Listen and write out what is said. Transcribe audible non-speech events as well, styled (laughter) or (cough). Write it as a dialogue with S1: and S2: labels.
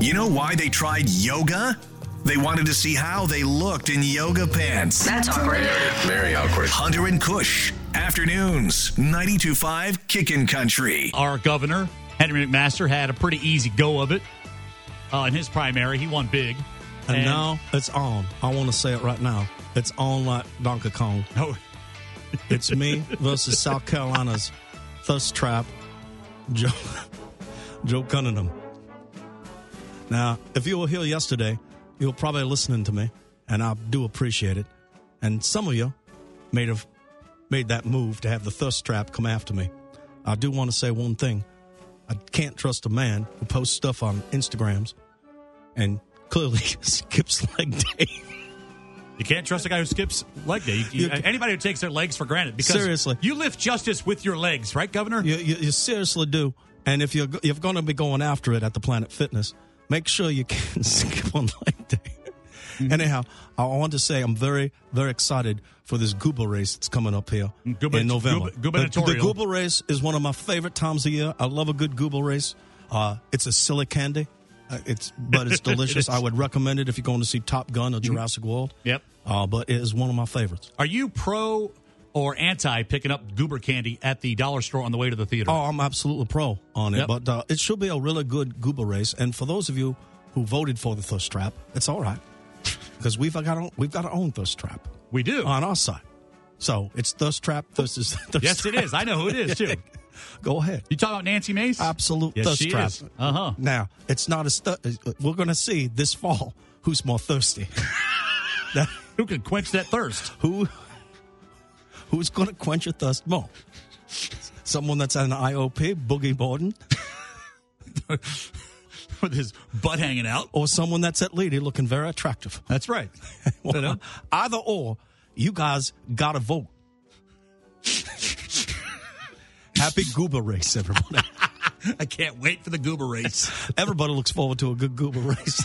S1: You know why they tried yoga? They wanted to see how they looked in yoga pants.
S2: That's awkward.
S3: Very awkward.
S1: Hunter and Kush, afternoons, 92.5 Kickin' Country.
S4: Our governor, Henry McMaster, had a pretty easy go of it uh, in his primary. He won big.
S5: And, now it's on. I want to say it right now. It's on like Donkey Kong.
S4: No,
S5: It's me versus South Carolina's thirst trap, Joe, Joe Cunningham. Now, if you were here yesterday, you were probably listening to me, and I do appreciate it. And some of you made have made that move to have the thirst trap come after me. I do want to say one thing. I can't trust a man who posts stuff on Instagrams and clearly (laughs) skips leg day.
S4: you can't trust a guy who skips leg day. You- you-
S5: You-
S4: anybody who takes their legs for granted. Because
S5: Seriously.
S4: you lift justice with your legs, right, Governor?
S5: You, you, you seriously do. And if you're you're going to be going after it at the Planet Fitness, make sure you can (laughs) skip on leg day.
S4: Mm-hmm.
S5: Anyhow, I want to say I'm very very excited for this Gooba race that's coming up here
S4: Gooba-
S5: in November.
S4: Gooba-
S5: the, the
S4: Mm, gubernatorial.
S5: Gooba race is one of my favorite times of year. I love a good Gooba race. Uh, it's a silly candy. Uh, it's
S4: (laughs)
S5: but it's delicious. I would recommend it if you're going to see Top Gun or Jurassic World.
S4: Mm-hmm. Yep.
S5: Uh, but it is one of my favorites.
S4: Are you pro or anti picking up goober candy at the dollar store on the way to the theater?
S5: Oh, I'm absolutely pro on it,
S4: Yep.
S5: but uh, it should be a really good Gooba race. And for those of you who voted for the thirst trap, it's all right (laughs) because we've got our, we've got our own thirst trap
S4: we do.
S5: on our side. So it's thirst trap. Thirst is (laughs) thirst
S4: yes, it
S5: trap.
S4: is. I know who it is, too.
S5: (laughs) Go ahead.
S4: You talking about Nancy Mace?
S5: Absolute
S4: Yes,
S5: thirst
S4: she
S5: trap.
S4: is. Uh-huh.
S5: Now it's not a. Stu- uh, we're going to see this fall who's more thirsty. (laughs) That-
S4: Who can quench that thirst? (laughs)
S5: who who's going to quench your thirst more? Someone that's an IOP, Boogie Borden,
S4: With his butt hanging out.
S5: or someone that's that lady looking very attractive. (laughs)
S4: That's (laughs) right.
S5: Well,
S4: You know?
S5: Either or, you guys got to vote. Happy Goober (laughs) race, everybody.
S4: I can't wait for the goober race.
S5: everybody looks forward to a good Goober race.